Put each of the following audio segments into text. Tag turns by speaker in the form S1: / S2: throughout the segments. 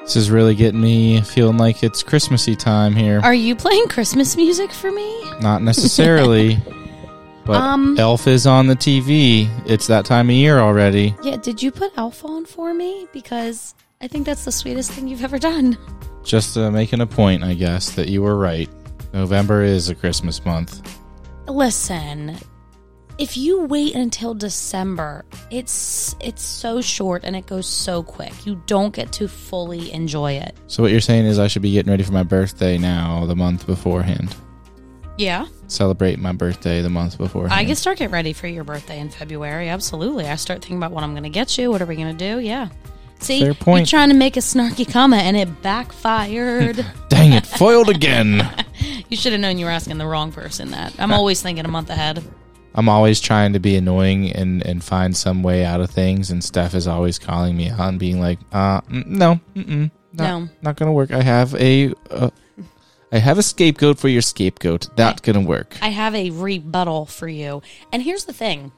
S1: This is really getting me feeling like it's Christmassy time here.
S2: Are you playing Christmas music for me?
S1: Not necessarily, but
S2: Um,
S1: Elf is on the TV. It's that time of year already.
S2: Yeah, did you put Elf on for me? Because I think that's the sweetest thing you've ever done.
S1: Just uh, making a point, I guess, that you were right. November is a Christmas month.
S2: Listen, if you wait until December, it's it's so short and it goes so quick. You don't get to fully enjoy it.
S1: So what you're saying is I should be getting ready for my birthday now, the month beforehand.
S2: Yeah.
S1: Celebrate my birthday the month beforehand.
S2: I can start getting ready for your birthday in February. Absolutely. I start thinking about what I'm going to get you. What are we going to do? Yeah. See,
S1: Fair point.
S2: you're trying to make a snarky comment and it backfired.
S1: Dang it, foiled again.
S2: you should have known you were asking the wrong person that. I'm always thinking a month ahead.
S1: I'm always trying to be annoying and, and find some way out of things, and Steph is always calling me out and being like, uh, mm, no, mm-mm, not,
S2: No.
S1: not gonna work. I have a, uh, I have a scapegoat for your scapegoat. Not gonna work.
S2: I have a rebuttal for you. And here's the thing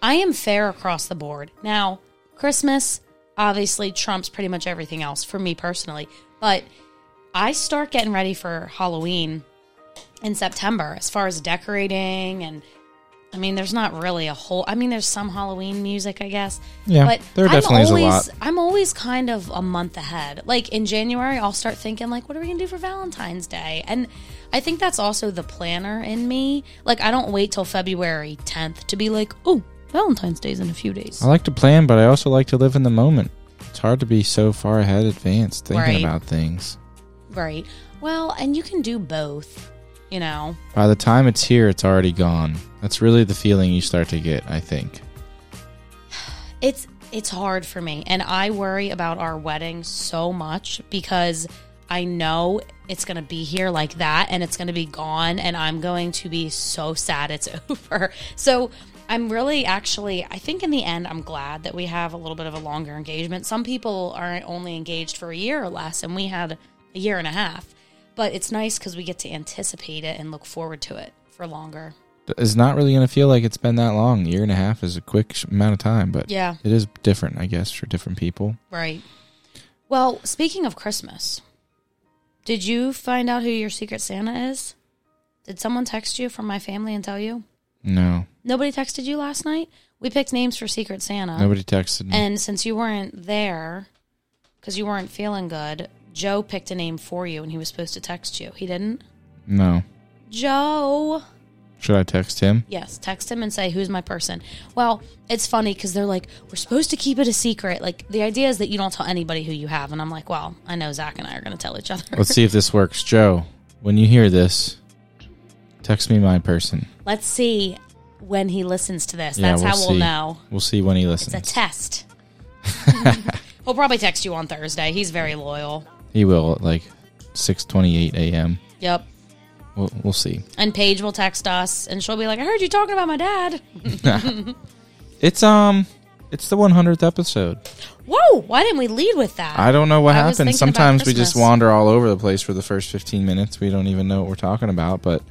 S2: I am fair across the board. Now, Christmas obviously trumps pretty much everything else for me personally, but I start getting ready for Halloween in September as far as decorating and. I mean, there's not really a whole. I mean, there's some Halloween music, I guess.
S1: Yeah, there definitely
S2: I'm
S1: is a
S2: always,
S1: lot.
S2: I'm always kind of a month ahead. Like in January, I'll start thinking like, what are we gonna do for Valentine's Day? And I think that's also the planner in me. Like I don't wait till February 10th to be like, oh, Valentine's Day's in a few days.
S1: I like to plan, but I also like to live in the moment. It's hard to be so far ahead, advanced, thinking
S2: Right.
S1: about things.
S2: Right. Well, and you can do both. You know.
S1: By the time it's here, it's already gone. That's really the feeling you start to get. I think.
S2: it's it's hard for me and i worry about our wedding so much because i know it's going to be here like that and it's going to be gone and i'm going to be so sad it's over so i'm really actually i think in the end i'm glad that we have a little bit of a longer engagement some people are only engaged for a year or less and we had a year and a half but it's nice because we get to anticipate it and look forward to it for longer
S1: It's not really gonna feel like it's been that long. A year and a half is a quick sh- amount of time, but
S2: Yeah.
S1: it is different, I guess, for different people.
S2: Right. Well, speaking of Christmas, did you find out who your secret Santa is? Did someone text you from my family and tell you?
S1: No,
S2: Nobody texted you last night? We picked names for Secret Santa.
S1: nobody texted me.
S2: Uh-huh. And since you weren't there because you weren't feeling good, Joe picked a name for you and he was supposed to text you. He didn't?
S1: No.
S2: Joe.
S1: Should I text him?
S2: Yes, text him and say, Who's my person? Well, it's funny because they're like, We're supposed to keep it a secret. Like, the idea is that you don't tell anybody who you have. And I'm like, Well, I know Zach and I are going to tell each other.
S1: Let's see if this works. Joe, when you hear this, text me my person.
S2: Let's see when he listens to this.
S1: Yeah,
S2: That's
S1: we'll
S2: how we'll
S1: see.
S2: know.
S1: We'll see when he
S2: It's a
S1: listens.
S2: test. He'll probably text you on Thursday. He's very loyal.
S1: he will at like 6:28 a.m.
S2: Yep.
S1: We'll, we'll see.
S2: And Paige will text us and she'll be like, I heard you talking about my dad.
S1: It's um it's the 100th episode.
S2: Whoa, why didn't we lead with that?
S1: I don't know what
S2: I was
S1: happened.
S2: thinking about
S1: Sometimes we just
S2: Christmas.
S1: wander all over the place for the first 15 minutes. We don't even know what we're talking about, but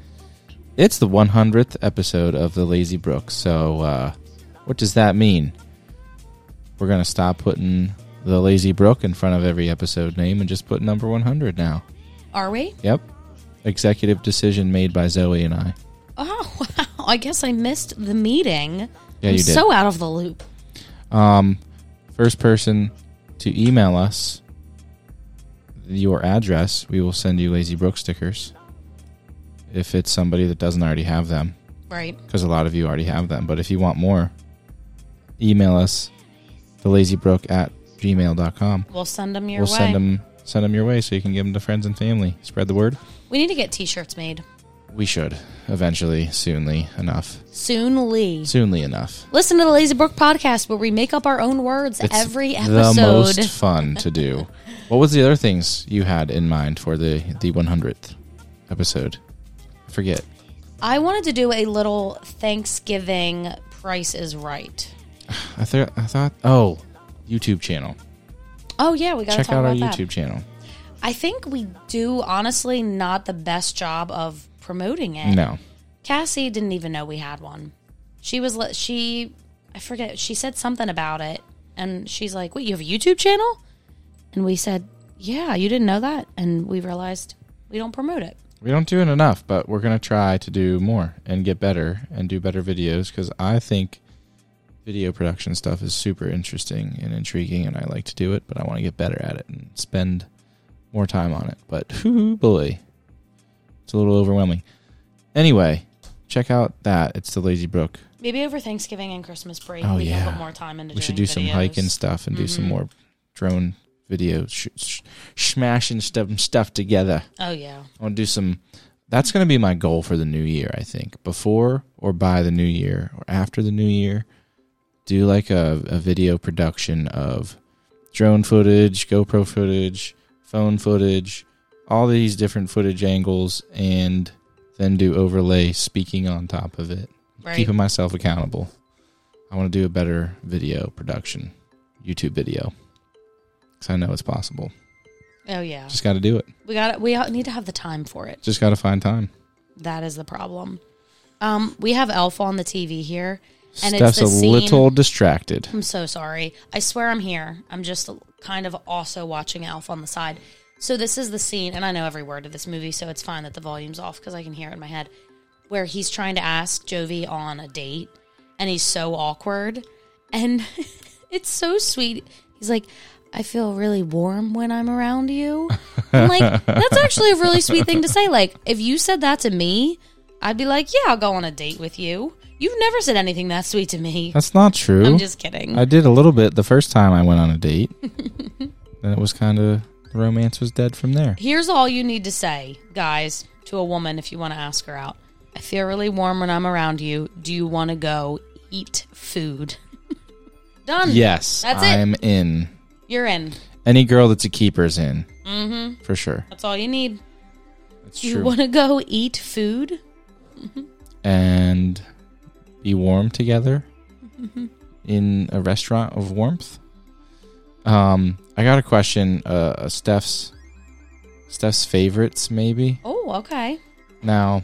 S1: it's the 100th episode of the Lazy Brook. So, uh, what does that mean? We're going to stop putting the Lazy Brook in front of every episode name and just put number 100 now.
S2: Are we?
S1: Yep. Executive decision made by Zoe and I.
S2: Oh, wow. I guess I missed the meeting.
S1: Yeah,
S2: I'm
S1: you did.
S2: so out of the loop.
S1: Um, first person to email us your address, we will send you Lazy Brook stickers. If it's somebody that doesn't already have them,
S2: Right.
S1: because a lot of you already have them. But if you want more, email us thelazybrook at gmail.com.
S2: We'll send them your
S1: We'll
S2: way.
S1: send them send them your way so you can give them to friends and family. Spread the word.
S2: We need to get t shirts made.
S1: We should eventually, soonly enough,
S2: Soon, Lee.
S1: soonly enough.
S2: Listen to the Lazy Brook podcast where we make up our own words
S1: It's
S2: every
S1: The
S2: episode.
S1: most fun to do. what was the other things you had in mind for the the 100th episode? I forget.
S2: I wanted to do a little Thanksgiving Price is Right.
S1: I thought I thought oh, YouTube channel.
S2: Oh yeah, we got to
S1: Check
S2: talk
S1: out our
S2: about
S1: YouTube
S2: that.
S1: channel.
S2: I think we do honestly not the best job of promoting it.
S1: No.
S2: Cassie didn't even know we had one. She was li- she I forget she said something about it and she's like, "Wait, you have a YouTube channel?" And we said, yeah, you didn't know that. And we realized we don't promote it.
S1: We don't do it enough, but we're going to try to do more and get better and do better videos because I think video production stuff is super interesting and intriguing, and I like to do it, but I want to get better at it and spend more time on it. But whoo boy, it's a little overwhelming. Anyway, check out that. It's the Lazy Brook.
S2: Maybe over Thanksgiving and Christmas break,
S1: Oh,
S2: we
S1: yeah.
S2: can put more time into
S1: We should do
S2: doing
S1: some
S2: videos.
S1: hiking stuff and do some more drone videos, sh- sh- smashing stuff stuff together.
S2: Oh, yeah.
S1: I want to do some. That's going to be my goal for the new year. I think before or by the new year or after the new year, do like a, a video production of drone footage, GoPro footage, phone footage, all these different footage angles, and then do overlay speaking on top of it.
S2: Right.
S1: Keeping myself accountable. I want to do a better video production, YouTube video, because I know it's possible.
S2: oh, yeah.
S1: Just got to do it.
S2: We got we need to have the time for it.
S1: Just got to find time.
S2: That is the problem. Um, we have Elf on the TV here, and
S1: Steph's
S2: it's the
S1: a
S2: scene.
S1: little distracted.
S2: I'm so sorry. I swear I'm here. I'm just kind of also watching Elf on the side. So this is the scene, and I know every word of this movie, so it's fine that the volume's off because I can hear it in my head. Where he's trying to ask Jovi on a date, and he's so awkward, and it's so sweet. He's like, "I feel really warm when I'm around you." I'm like, that's actually a really sweet thing to say. Like, if you said that to me, I'd be like, yeah, I'll go on a date with you. You've never said anything that sweet to me.
S1: That's not true.
S2: I'm just kidding.
S1: I did a little bit the first time I went on a date. then it was kind of the romance was dead from there.
S2: Here's all you need to say, guys, to a woman if you want to ask her out. I feel really warm when I'm around you. Do you want to go eat food? Done.
S1: Yes,
S2: That's it.
S1: I'm in.
S2: You're in.
S1: Any girl that's a keeper's in. Mm-hmm. For sure.
S2: That's all you need.
S1: That's
S2: Do you
S1: true.
S2: want to go eat food?
S1: and be warm together in a restaurant of warmth. Um, I got a question. Uh, uh, Steph's Steph's favorites, maybe.
S2: Oh, okay.
S1: Now,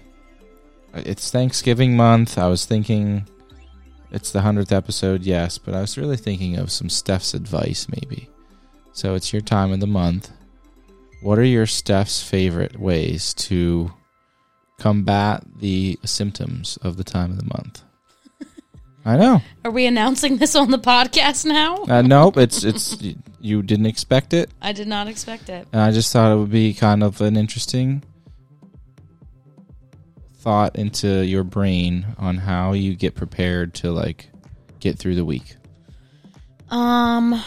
S1: it's Thanksgiving month. I was thinking it's the 100th episode, yes, but I was really thinking of some Steph's advice, maybe. So it's your time of the month. What are your Steph's favorite ways to combat the symptoms of the time of the month? I know.
S2: Are we announcing this on the podcast now?
S1: Uh, nope, it's it's you- you didn't expect it,
S2: I did not expect it.
S1: and I just thought it would be kind of an interesting thought into your brain on how you get prepared to like get through the week.
S2: Um,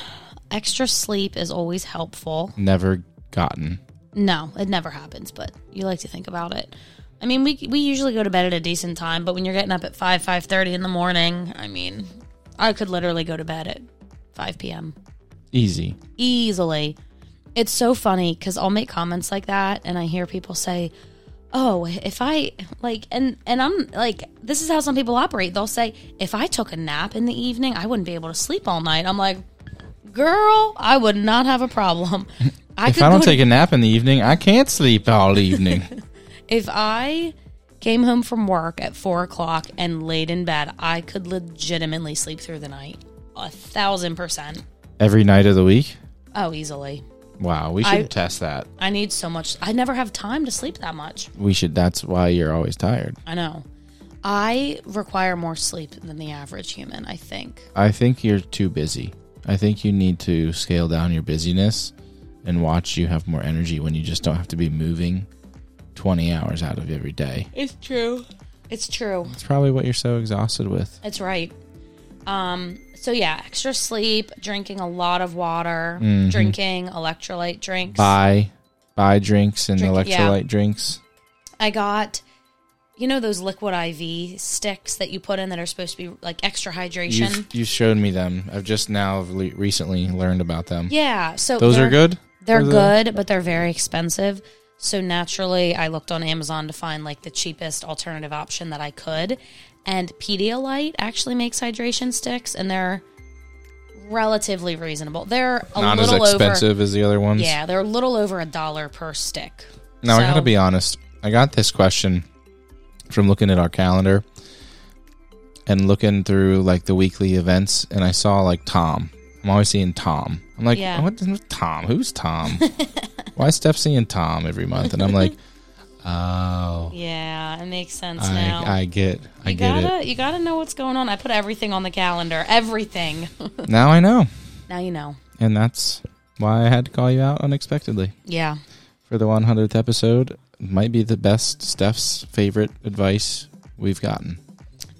S2: extra sleep is always helpful.
S1: Never gotten.
S2: No, it never happens, but you like to think about it. I mean, we we usually go to bed at a decent time, but when you're getting up at five five thirty in the morning, I mean, I could literally go to bed at five p.m.
S1: Easy.
S2: easily. It's so funny because I'll make comments like that, and I hear people say, "Oh, if I like," and and I'm like, "This is how some people operate." They'll say, "If I took a nap in the evening, I wouldn't be able to sleep all night." I'm like, "Girl, I would not have a problem." I
S1: If I don't
S2: go to-
S1: take a nap in the evening, I can't sleep all evening.
S2: if I came home from work at four o'clock and laid in bed, I could legitimately sleep through the night. A thousand percent.
S1: Every night of the week?
S2: Oh, easily.
S1: Wow, we should
S2: I-
S1: test that.
S2: I need so much. I never have time to sleep that much.
S1: We should that's why you're always tired.
S2: I know. I require more sleep than the average human, I think.
S1: I think you're too busy. I think you need to scale down your busyness and watch you have more energy when you just don't have to be moving 20 hours out of every day.
S2: It's true. It's true.
S1: It's probably what you're so exhausted with.
S2: That's right. Um, so yeah, extra sleep, drinking a lot of water, drinking electrolyte drinks.
S1: Buy buy drinks and
S2: Drink- yeah.
S1: electrolyte drinks.
S2: I got, you know, those liquid IV sticks that you put in that are supposed to be like extra
S1: You
S2: hydration.
S1: you showed me them. I've just now le- recently learned about them.
S2: yeah, so
S1: Those are
S2: they're-
S1: good.
S2: They're
S1: For the-
S2: good, but they're very expensive. So naturally, I looked on Amazon to find like the cheapest alternative option that I could. And Pedialyte actually makes hydration sticks, and they're relatively reasonable. They're a
S1: Not as
S2: little over,
S1: expensive as the other ones.
S2: yeah, they're a little over a dollar per stick.
S1: Now I
S2: So-
S1: gotta be honest. I got this question from looking at our calendar and looking through like the weekly events, and I saw like Tom. I'm I'm always seeing Tom. I'm like,
S2: Yeah.
S1: what, Tom? Who's Tom? Why is Steph seeing Tom every month? And I'm like, oh,
S2: Yeah, it makes sense now.
S1: I, I get, I
S2: you
S1: get
S2: gotta you gotta know what's going on. I put everything on the calendar. Everything.
S1: it. Now I know,
S2: now you know.
S1: and that's why I had to call you out unexpectedly
S2: Yeah.
S1: for the 100th episode. Might be the best Steph's favorite advice we've gotten.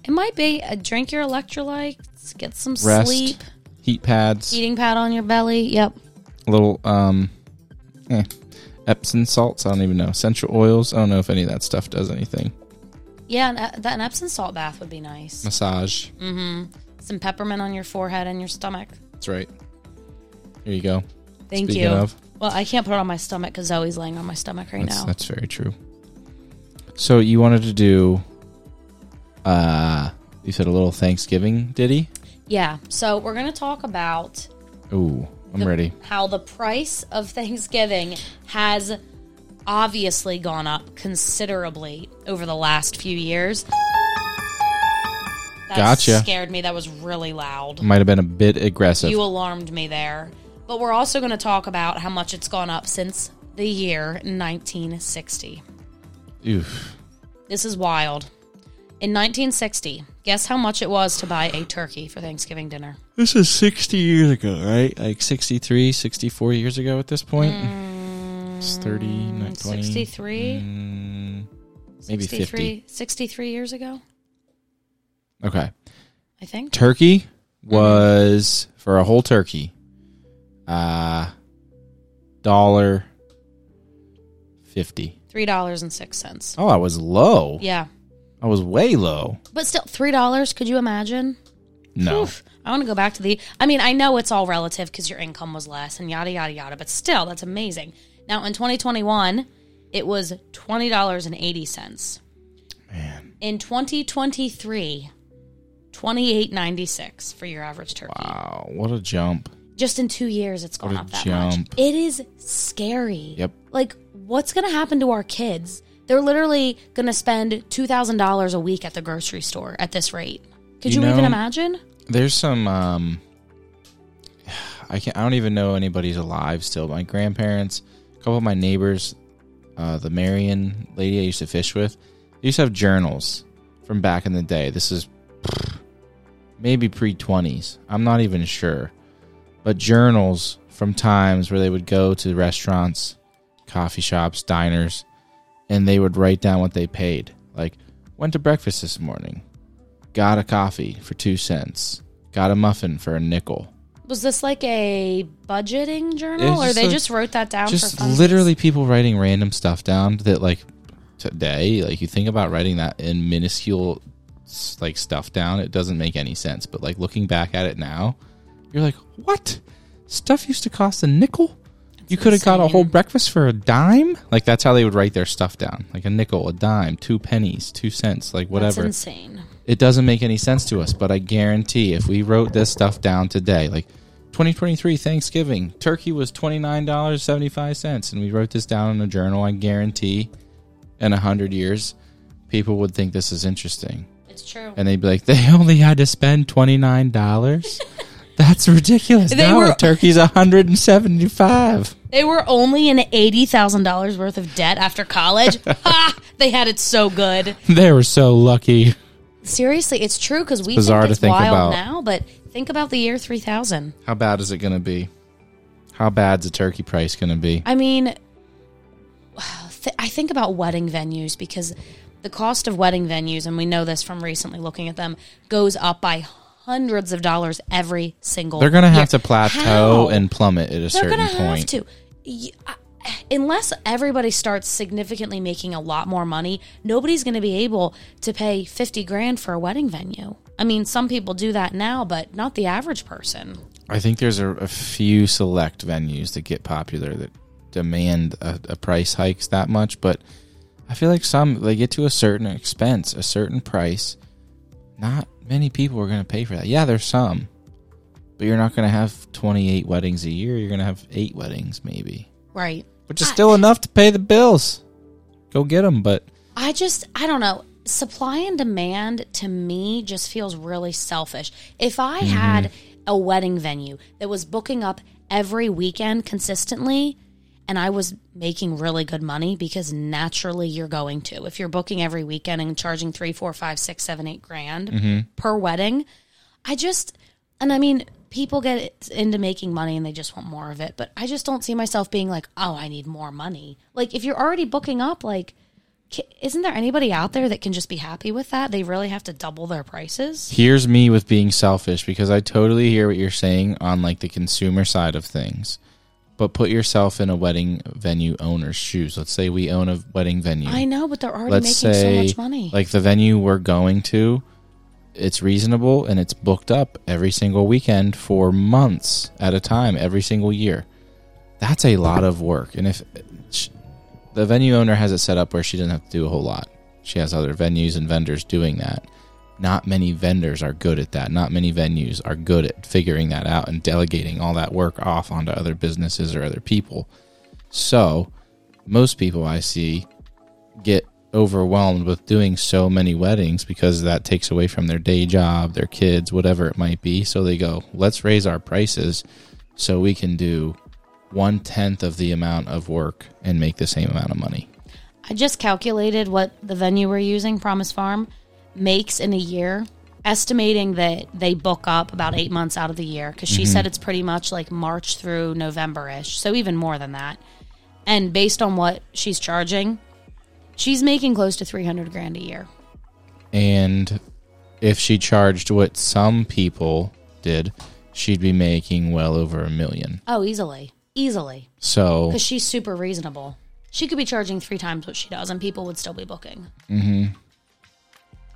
S2: It might be uh, drink your electrolytes, get some
S1: Rest,
S2: sleep,
S1: heat pads,
S2: eating pad on your belly. Yep.
S1: little um, eh, Epsom salts. I don't even know essential oils. I don't know if any of that stuff does anything.
S2: Yeah, and, uh, that, an Epsom salt bath would be nice.
S1: Massage.
S2: Mm-hmm. Some peppermint on your forehead and your stomach.
S1: That's right. Here you go.
S2: Thank
S1: Speaking
S2: you.
S1: of.
S2: Well, I can't put it on my stomach because Zoe's laying on my stomach right
S1: That's,
S2: now.
S1: that's very true. So you wanted to do, uh, you said a little Thanksgiving ditty.
S2: Yeah. So we're gonna talk about
S1: Ooh, I'm ready.
S2: how the price of Thanksgiving has obviously gone up considerably over the last few years. That
S1: Gotcha. Mm,
S2: scared me. That was really loud.
S1: Might have been a bit aggressive.
S2: You alarmed me there. But we're also going to talk about how much it's gone up since the year 1960.
S1: Oof.
S2: This is wild. In 1960, guess how much it was to buy a turkey for Thanksgiving dinner?
S1: This is 60 years ago, right? Like 63, 64 years ago at this point.
S2: Mm,
S1: it's 30, not 20.
S2: 63?
S1: Mm, maybe 50.
S2: 63, 63 years ago,
S1: Okay.
S2: I think.
S1: Turkey was, for a whole turkey, uh, dollar 50.
S2: $3.06.
S1: Oh, I was low.
S2: Yeah.
S1: I was way low.
S2: But still, three dollars. Could you imagine?
S1: No.
S2: Oof. I want to go back to the. I mean, I know it's all relative because your income was less and yada yada yada. But still, that's amazing. Now in 2021, it was twenty dollars and eighty cents.
S1: Man.
S2: In 2023, twenty eight ninety six for your average turkey.
S1: Wow. What a jump.
S2: Just in two years, it's gone
S1: What a
S2: up that
S1: jump.
S2: much. It is scary.
S1: Yep.
S2: Like, what's gonna happen to our kids? They're literally gonna spend two thousand dollars a week at the grocery store at this rate. Could
S1: You
S2: you even
S1: know-
S2: imagine?
S1: There's some um I can not I don't even know anybody's alive still. My grandparents, a couple of my neighbors, uh the Marion lady I used to fish with, they used to have journals from back in the day. This is maybe pre 20s. I'm not even sure. But journals from times where they would go to restaurants, coffee shops, diners, and they would write down what they paid. Like, went to breakfast this morning, got a coffee for two cents, got a muffin for a nickel.
S2: Was this like a budgeting journal,
S1: It's
S2: or
S1: just
S2: they
S1: like-
S2: just wrote that down?
S1: Just
S2: for fun?
S1: literally people writing random stuff down that, like, today, like, you think about writing that in minuscule, s- like, stuff down, it doesn't make any sense. But, like, looking back at it now, you're like, what? Stuff used to cost a nickel? You could have got a
S2: insane.
S1: whole breakfast for a dime? Like, that's how they would write their stuff down. Like, a nickel, a dime, two pennies, two cents, like,
S2: That's
S1: whatever.
S2: insane.
S1: it doesn't make any sense to us, but I guarantee if we wrote this stuff down today, like 2023 Thanksgiving, turkey was $29.75, and we wrote this down in a journal, I guarantee in 100 years, people would think this is interesting.
S2: It's true.
S1: And they'd be like, they only had to spend $29? That's ridiculous.
S2: They
S1: now
S2: were-
S1: a turkey's 175
S2: They were only in eighty thousand dollars worth of debt after college. ha! They had it so good.
S1: They were so lucky.
S2: Seriously, it's true because we
S1: bizarre
S2: think
S1: to
S2: it's
S1: think
S2: wild
S1: about.
S2: now, but think about the year three thousand.
S1: How bad is it going to be? How bad's a turkey price going to be?
S2: I mean, th- I think about wedding venues because the cost of wedding venues, and we know this from recently looking at them, goes up by hundreds of dollars every single.
S1: They're going to
S2: year.
S1: have to plateau
S2: How?
S1: and plummet at a
S2: They're
S1: certain
S2: gonna
S1: point.
S2: have to. Y- I- Unless everybody starts significantly making a lot more money, nobody's going to be able to pay 50 grand for a wedding venue. I mean, some people do that now, but not the average person.
S1: I think there's a, a few select venues that get popular that demand a, a price hikes that much, but I feel like some they get to a certain expense, a certain price. Not many people are going to pay for that. Yeah, there's some, but you're not going to have 28 weddings a year. You're going to have eight weddings maybe,
S2: Right.
S1: which is still enough to pay the bills. Go get them, but
S2: I just, I don't know. Supply and demand to me just feels really selfish. If I had a wedding venue that was booking up every weekend consistently. And I was making really good money because naturally you're going to. If you're booking every weekend and charging three, four, five, six, seven, eight grand per wedding, I just, and I mean, people get into making money and they just want more of it. But I just don't see myself being like, oh, I need more money. Like, if you're already booking up, like, ca- isn't there anybody out there that can just be happy with that? They really have to double their prices?
S1: Here's me with being selfish because I totally hear what you're saying on like the consumer side of things. But put yourself in a wedding venue owner's shoes. Let's say we own a wedding venue.
S2: I know, but they're already
S1: Let's
S2: making
S1: say
S2: so much money.
S1: like the venue we're going to, it's reasonable and it's booked up every single weekend for months at a time every single year. That's a lot of work. And if sh- the venue owner has it set up where she doesn't have to do a whole lot, she has other venues and vendors doing that. Not many vendors are good at that. Not many venues are good at figuring that out and delegating all that work off onto other businesses or other people. So, most people I see get overwhelmed with doing so many weddings because that takes away from their day job, their kids, whatever it might be. So they go, let's raise our prices so we can do one tenth of the amount of work and make the same amount of money.
S2: I just calculated what the venue we're using, Promise Farm, makes in a year, estimating that they book up about eight months out of the year because
S1: Mm-hmm.
S2: she said it's pretty much like March through November ish, so even more than that. And based on what she's charging, she's making close to three hundred grand a year.
S1: And if she charged what some people did, she'd be making well over a million.
S2: Oh, easily, easily,
S1: So
S2: because she's super reasonable. She could be charging three times what she does, and people would still be booking.
S1: Mm-hmm.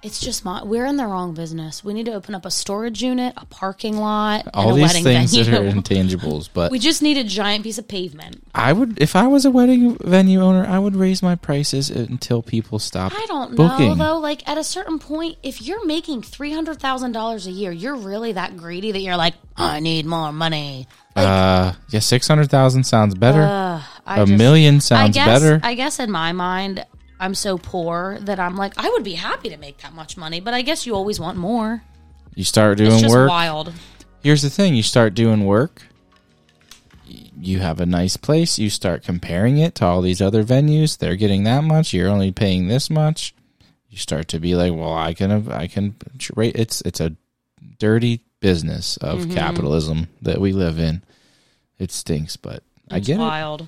S2: It's just my, we're in the wrong business. We need to open up a storage unit, a parking lot,
S1: all
S2: and a
S1: these
S2: wedding
S1: things
S2: venue.
S1: that are intangibles, but
S2: We just need a giant piece of pavement.
S1: I would, if I was a wedding venue owner, I would raise my prices until people stop.
S2: I don't
S1: booking.
S2: know though. Like at a certain point, if you're making three hundred thousand dollars a year, you're really that greedy that you're like, I need more money.
S1: uh, yeah, six hundred thousand sounds better.
S2: Uh, I
S1: A
S2: just-
S1: million
S2: I
S1: sounds
S2: guess.
S1: better.
S2: I guess in my mind, I'm so poor that I'm like, I would be happy to make that much money, but I guess you always want more.
S1: you start
S2: It's
S1: doing
S2: just
S1: work.
S2: wild.
S1: Here's the thing: you start doing work. y- You have a nice place. You start comparing it to all these other venues. They're getting that much. You're only paying this much. You start to be like, well, I can, I can. rate- It's it's a dirty business of
S2: Mm-hmm.
S1: capitalism that we live in. It stinks, but I
S2: It's
S1: get it.
S2: wild.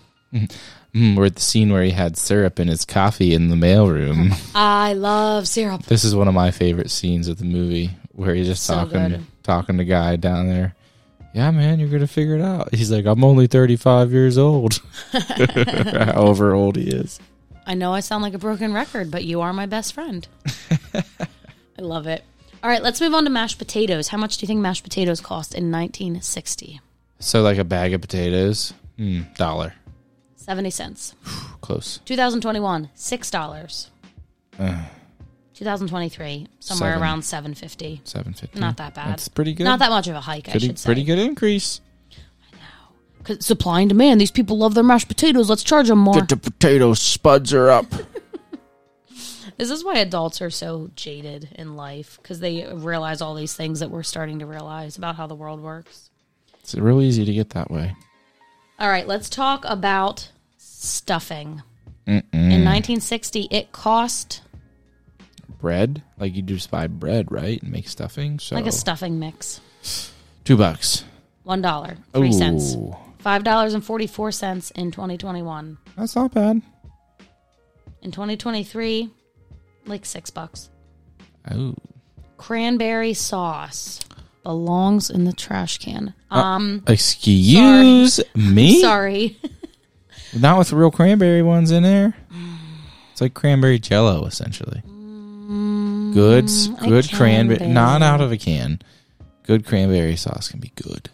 S1: Mm, we're at the scene where he had syrup in his coffee in the mailroom.
S2: I love syrup.
S1: this is one of my favorite scenes of the movie where he's just
S2: So
S1: talking
S2: good.
S1: talking to guy down there. Yeah, man, you're gonna figure it out. He's like, I'm only 35 years old. However old he is.
S2: I know I sound like a broken record, but you are my best friend. I love it. All right, let's move on to mashed potatoes. How much do you think mashed potatoes cost in 1960?
S1: So like a bag of potatoes, mm, dollar,
S2: 70 cents.
S1: close. Uh,
S2: 2021, $6. 2023, somewhere
S1: Seven.
S2: around 750.
S1: 750.
S2: Not that bad.
S1: That's pretty good.
S2: Not that much of a hike, I
S1: pretty,
S2: should say.
S1: pretty good increase.
S2: 'Cause Supply and demand. These people love their mashed potatoes. Let's charge them more.
S1: the potato spuds are up.
S2: This is why adults are so jaded in life because they realize all these things that we're starting to realize about how the world works.
S1: it's real easy to get that way.
S2: All right, let's talk about stuffing.
S1: Mm.
S2: In 1960, it cost
S1: Bread, like you just buy bread, right, and make stuffing. So
S2: like a stuffing mix
S1: two bucks.
S2: one dollar, three cents,
S1: Ooh,
S2: five dollars and forty four cents in 2021.
S1: That's not bad.
S2: In 2023, like six bucks.
S1: Oh,
S2: Cranberry sauce belongs in the trash can. Um,
S1: excuse Uh, me.
S2: sorry.
S1: Not with real cranberry ones in there. It's like cranberry jello, essentially.
S2: Mm,
S1: Good, s-
S2: I
S1: good
S2: can
S1: cranberry,
S2: barely.
S1: not out of a can. Good cranberry sauce can be good.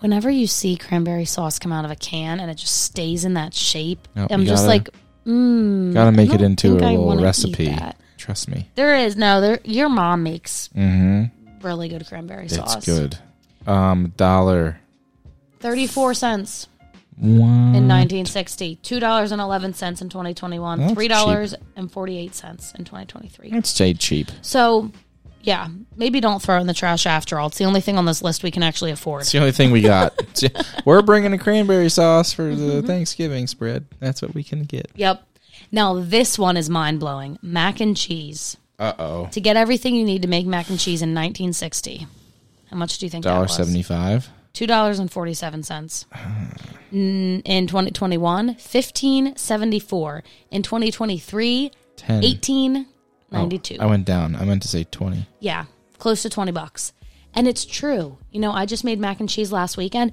S2: Whenever you see cranberry sauce come out of a can and it just stays in that shape,
S1: Nope,
S2: I'm
S1: you
S2: just
S1: gotta-
S2: like, mm,
S1: Got to make
S2: I
S1: it
S2: don't
S1: into a
S2: think I
S1: little
S2: wanna eat
S1: recipe.
S2: that.
S1: Trust me,
S2: There is no there. Your mom makes
S1: Mhm.
S2: really good cranberry sauce.
S1: it's good. Um, dollar
S2: Thirty-four cents
S1: one.
S2: in nineteen sixty. Two dollars and eleven cents in twenty twenty-one.
S1: That's
S2: Three dollars and forty-eight cents in twenty twenty-three.
S1: I'd say cheap.
S2: So yeah, maybe don't throw it in the trash after all. It's the only thing on this list we can actually afford.
S1: It's the only thing we got. We're bringing a cranberry sauce for the
S2: Mm-hmm.
S1: Thanksgiving spread. That's what we can get.
S2: Yep. Now, this one is mind blowing mac and cheese.
S1: Uh oh.
S2: To get everything you need to make mac and cheese in 1960, how much do you think that
S1: Dollar
S2: was?
S1: seventy five.
S2: Two dollars and forty seven cents. Mm, In 2021, fifteen seventy four. In 2023,
S1: Ten. Mm.
S2: eighteen
S1: Oh,
S2: ninety two.
S1: I went down. I meant to say twenty.
S2: Yeah, close to 20 bucks. And it's true. You know, I just made mac and cheese last weekend.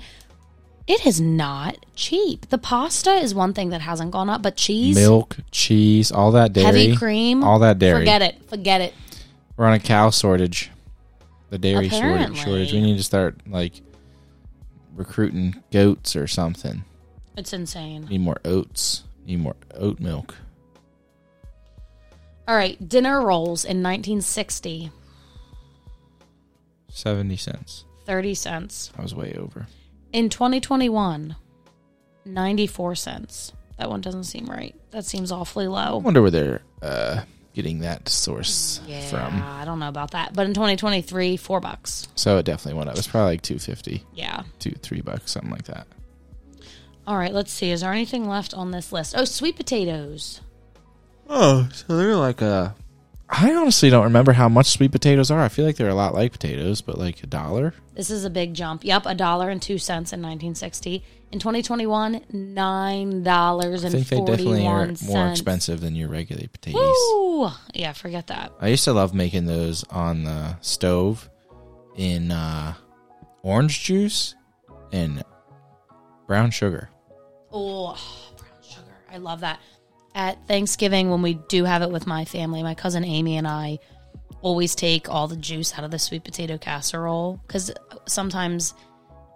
S2: It is not cheap. The pasta is one thing that hasn't gone up, but cheese,
S1: Milk, cheese, all that dairy,
S2: heavy cream,
S1: all that dairy.
S2: Forget it. Forget it.
S1: We're on a cow shortage. The dairy shortage.
S2: Apparently.
S1: shortage. We need to start like recruiting goats or something.
S2: It's insane.
S1: Need more oats. Need more oat milk.
S2: All right, dinner rolls in 1960,
S1: Seventy cents.
S2: 30 cents.
S1: I was way over.
S2: In 2021, 94 cents. That one doesn't seem right. That seems awfully
S1: I
S2: low.
S1: wonder where they're uh, getting that source
S2: Mm, Yeah,
S1: from.
S2: I don't know about that. But in 2023, 4 bucks.
S1: So it definitely went up. It's probably like 250,
S2: Yeah.
S1: two, three bucks, something like that.
S2: All right, let's see. Is there anything left on this list? Oh, sweet potatoes.
S1: Oh, so they're like a. I honestly don't remember how much sweet potatoes are. I feel like they're a lot like potatoes, but like a dollar.
S2: This is a big jump. Yep, a dollar and two cents in 1960. In 2021, nine dollars
S1: I
S2: and
S1: think they definitely are
S2: forty-one cents.
S1: more expensive than your regular potatoes.
S2: Woo! Yeah, forget that.
S1: I used to love making those on the stove in uh, orange juice and brown sugar.
S2: Oh, brown sugar. I love that. At Thanksgiving, when we do have it with my family, my cousin Amy and I always take all the juice out of the sweet potato casserole because sometimes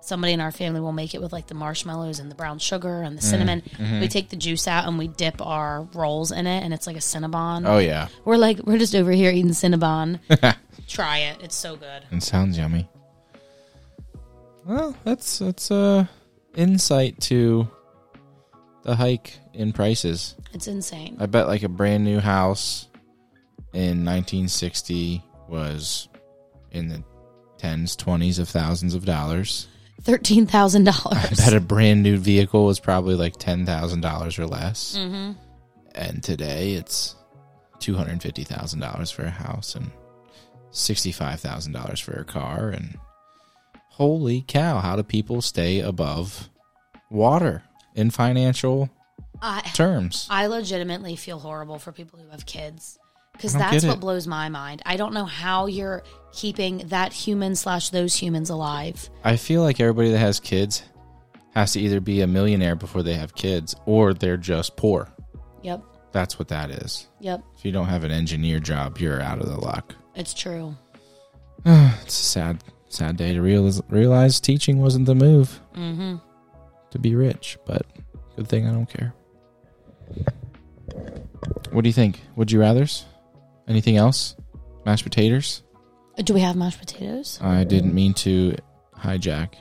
S2: somebody in our family will make it with like the marshmallows and the brown sugar and the
S1: Mm,
S2: cinnamon.
S1: mm-hmm.
S2: We take the juice out and we dip our rolls in it, and it's like a Cinnabon.
S1: Oh, yeah.
S2: We're like, we're just over here eating Cinnabon. Try it. It's so good.
S1: It sounds yummy. Well, that's that's uh insight to the hike in prices.
S2: It's insane.
S1: I bet like a brand new house in 1960 was in the tens, twenties of thousands of dollars. I
S2: $13,000.
S1: bet a brand new vehicle was probably like ten thousand dollars or less.
S2: Mm.
S1: Mm-hmm. And today it's two hundred fifty thousand dollars for a house and sixty five thousand dollars for a car. And holy cow, how do people stay above water in financial
S2: I-
S1: terms?
S2: I legitimately feel horrible for people who have kids because
S1: I don't
S2: that's
S1: get
S2: what
S1: it.
S2: blows my mind. I don't know how you're keeping that human slash those humans alive.
S1: I feel like everybody that has kids has to either be a millionaire before they have kids, or they're just poor.
S2: Yep,
S1: That's what that is.
S2: yep,
S1: If you don't have an engineer job, you're out of the luck.
S2: it's true.
S1: It's a sad, sad day to realize, realize teaching wasn't the move
S2: Mm-hmm.
S1: to be rich, but good thing I don't care. What do you think? Would you rather's? Anything else? Mashed potatoes?
S2: Do we have mashed potatoes?
S1: I didn't mean to hijack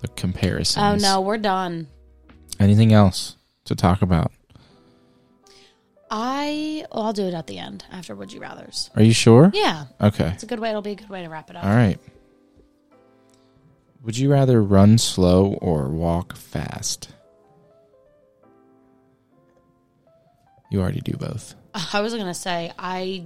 S1: the comparison.
S2: Oh no, we're done.
S1: Anything else to talk about?
S2: I well, I'll do it at the end after Would You Rather's.
S1: Are you sure?
S2: Yeah,
S1: Okay.
S2: it's a good way. It'll be a good way to wrap it up.
S1: All right. Would you rather run slow or walk fast? You already do both.
S2: I was gonna say I,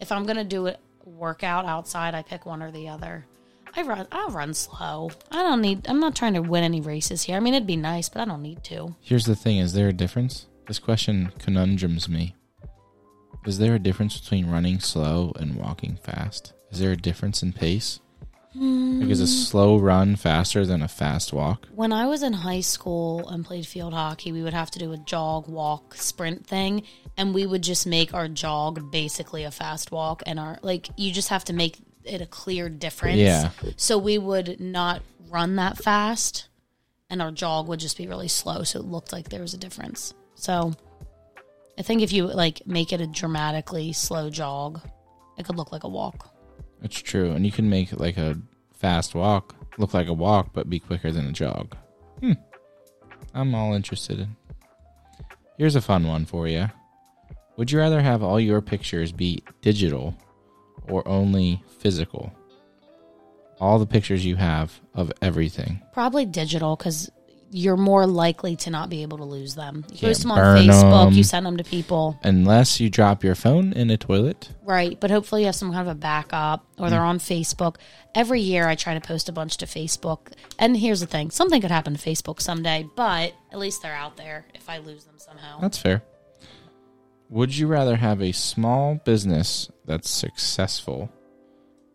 S2: if I'm gonna do a workout outside, I pick one or the other. I run. I'll run slow. I don't need. I'm not trying to win any races here. I mean, it'd be nice, but I don't need to.
S1: Here's the thing is there a difference? This question conundrums me. Is there a difference between running slow and walking fast? Is there a difference in pace? Like,
S2: Hmm.
S1: is a slow run faster than a fast walk?
S2: When I was in high school and played field hockey, we would have to do a jog, walk, sprint thing, and we would just make our jog basically a fast walk, and our like you just have to make it a clear difference.
S1: Yeah.
S2: So we would not run that fast, and our jog would just be really slow, so it looked like there was a difference. So I think if you like make it a dramatically slow jog, it could look like a walk.
S1: It's true. And you can make like a fast walk look like a walk, but be quicker than a jog. Hmm. I'm all interested in. Here's a fun one for you. Would you rather have all your pictures be digital or only physical? All the pictures you have of everything.
S2: Probably digital because you're more likely to not be able to lose them. You
S1: Can't
S2: post them on
S1: burn
S2: Facebook,
S1: 'em.
S2: you send them to people,
S1: Unless you drop your phone in a toilet.
S2: right? But hopefully you have some kind of a backup or they're
S1: Mm.
S2: on Facebook. Every year I try to post a bunch to Facebook. And here's the thing something could happen to Facebook someday, but at least they're out there if I lose them somehow.
S1: That's fair. Would you rather have a small business that's successful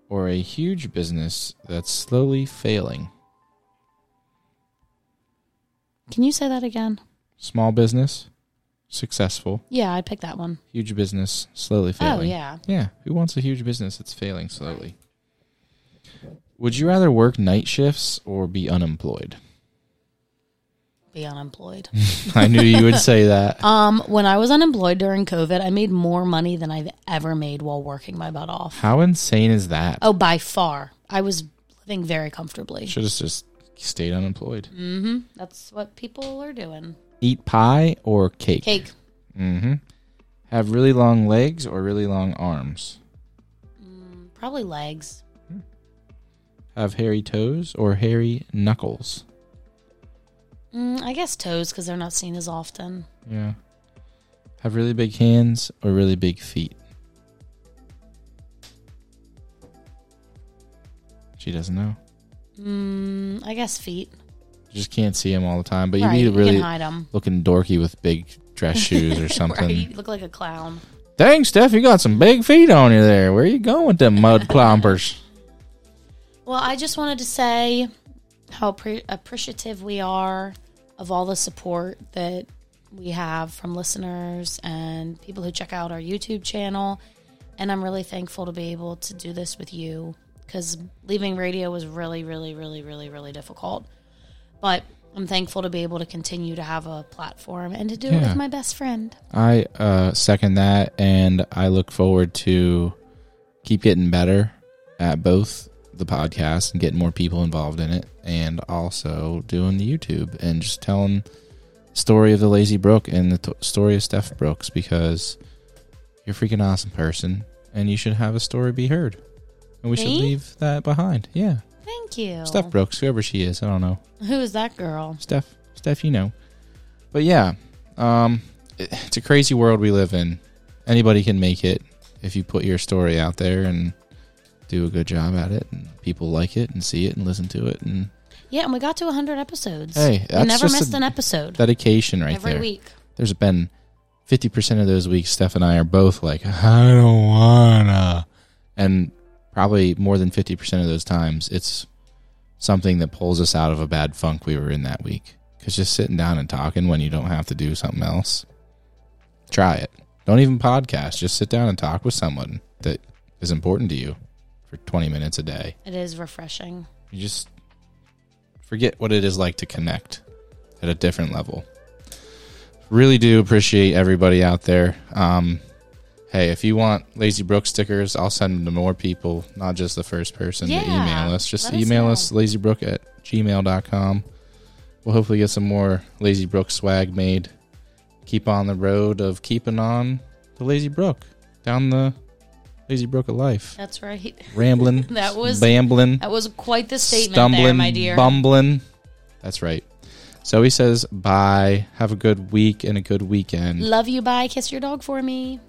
S1: or a huge business that's slowly failing?
S2: Can you say that again?
S1: Small business, successful.
S2: Yeah, I picked that one.
S1: Huge business, slowly
S2: Oh,
S1: failing.
S2: yeah.
S1: Yeah. Who wants a huge business that's failing slowly? Would you rather work night shifts or be unemployed?
S2: Be unemployed.
S1: I knew you would say that.
S2: um, when I was unemployed during COVID, I made more money than I've ever made while working my butt off.
S1: How insane is that?
S2: Oh, by far. I was living very comfortably. Mm-hmm.
S1: Should have just stayed unemployed.
S2: That's what people are doing.
S1: Eat pie or cake?
S2: Cake.
S1: Have really long legs or really long arms?
S2: Mm, Probably legs.
S1: Have hairy toes or hairy knuckles?
S2: Mm, I guess toes because they're not seen as often.
S1: Yeah. Have really big hands or really big feet? She doesn't know.
S2: Mm, I guess feet.
S1: You just can't see them all the time, but you'd
S2: right.
S1: be
S2: You
S1: really
S2: can hide them.
S1: looking dorky with big dress shoes or something.
S2: Right. You look like a clown.
S1: Dang, Steph, you got some big feet on you there. Where you going with them mud clompers?
S2: Well, I just wanted to say how appre appreciative we are of all the support that we have from listeners and people who check out our YouTube channel. And I'm really thankful to be able to do this with you because leaving radio was really, really, really, really, really difficult. But I'm thankful to be able to continue to have a platform and to do it
S1: Yeah.
S2: with my best friend.
S1: I uh, second that, and I look forward to keep getting better at both the podcast and getting more people involved in it, and also doing the YouTube and just telling story of the lazy Brooke and the t- story of Steph Brooks because you're a freaking awesome person, and you should have a story be heard, and we should
S2: Me?
S1: leave that behind. Yeah,
S2: Thank you.
S1: Steph Brooks, whoever she is, I don't know.
S2: Who is that girl?
S1: Steph, Steph, you know. But yeah, um, it- it's a crazy world we live in. Anybody can make it if you put your story out there and do a good job at it, and people like it and see it and listen to it. And
S2: Yeah, and we got to 100 episodes.
S1: hey,
S2: we
S1: that's
S2: never
S1: just
S2: missed
S1: a
S2: an episode
S1: dedication right
S2: every
S1: there.
S2: week.
S1: There's been fifty percent of those weeks Steph and I are both like, I don't wanna, and probably more than fifty percent of those times it's something that pulls us out of a bad funk we were in that week. Because just sitting down and talking when you don't have to do something else, try it. Don't even podcast. Just sit down and talk with someone that is important to you for twenty minutes a day.
S2: It is refreshing.
S1: You just forget what it is like to connect at a different level. Really do appreciate everybody out there. Um, hey, if you want Lazy Brook stickers, I'll send them to more people, not just the first person
S2: Yeah,
S1: to email us. Just
S2: let us
S1: email
S2: know.
S1: us, lazybrook at gmail.com. We'll hopefully get some more Lazy Brook swag made. Keep on the road of keeping on the Lazy Brook, down the Lazy Brook of life.
S2: That's right.
S1: Rambling,
S2: That was-
S1: bambling
S2: That was quite the statement
S1: stumbling,
S2: there, my dear.
S1: bumbling. That's right. So he says, "Bye. Have a good week and a good weekend."
S2: Love you. Bye. Kiss your dog for me.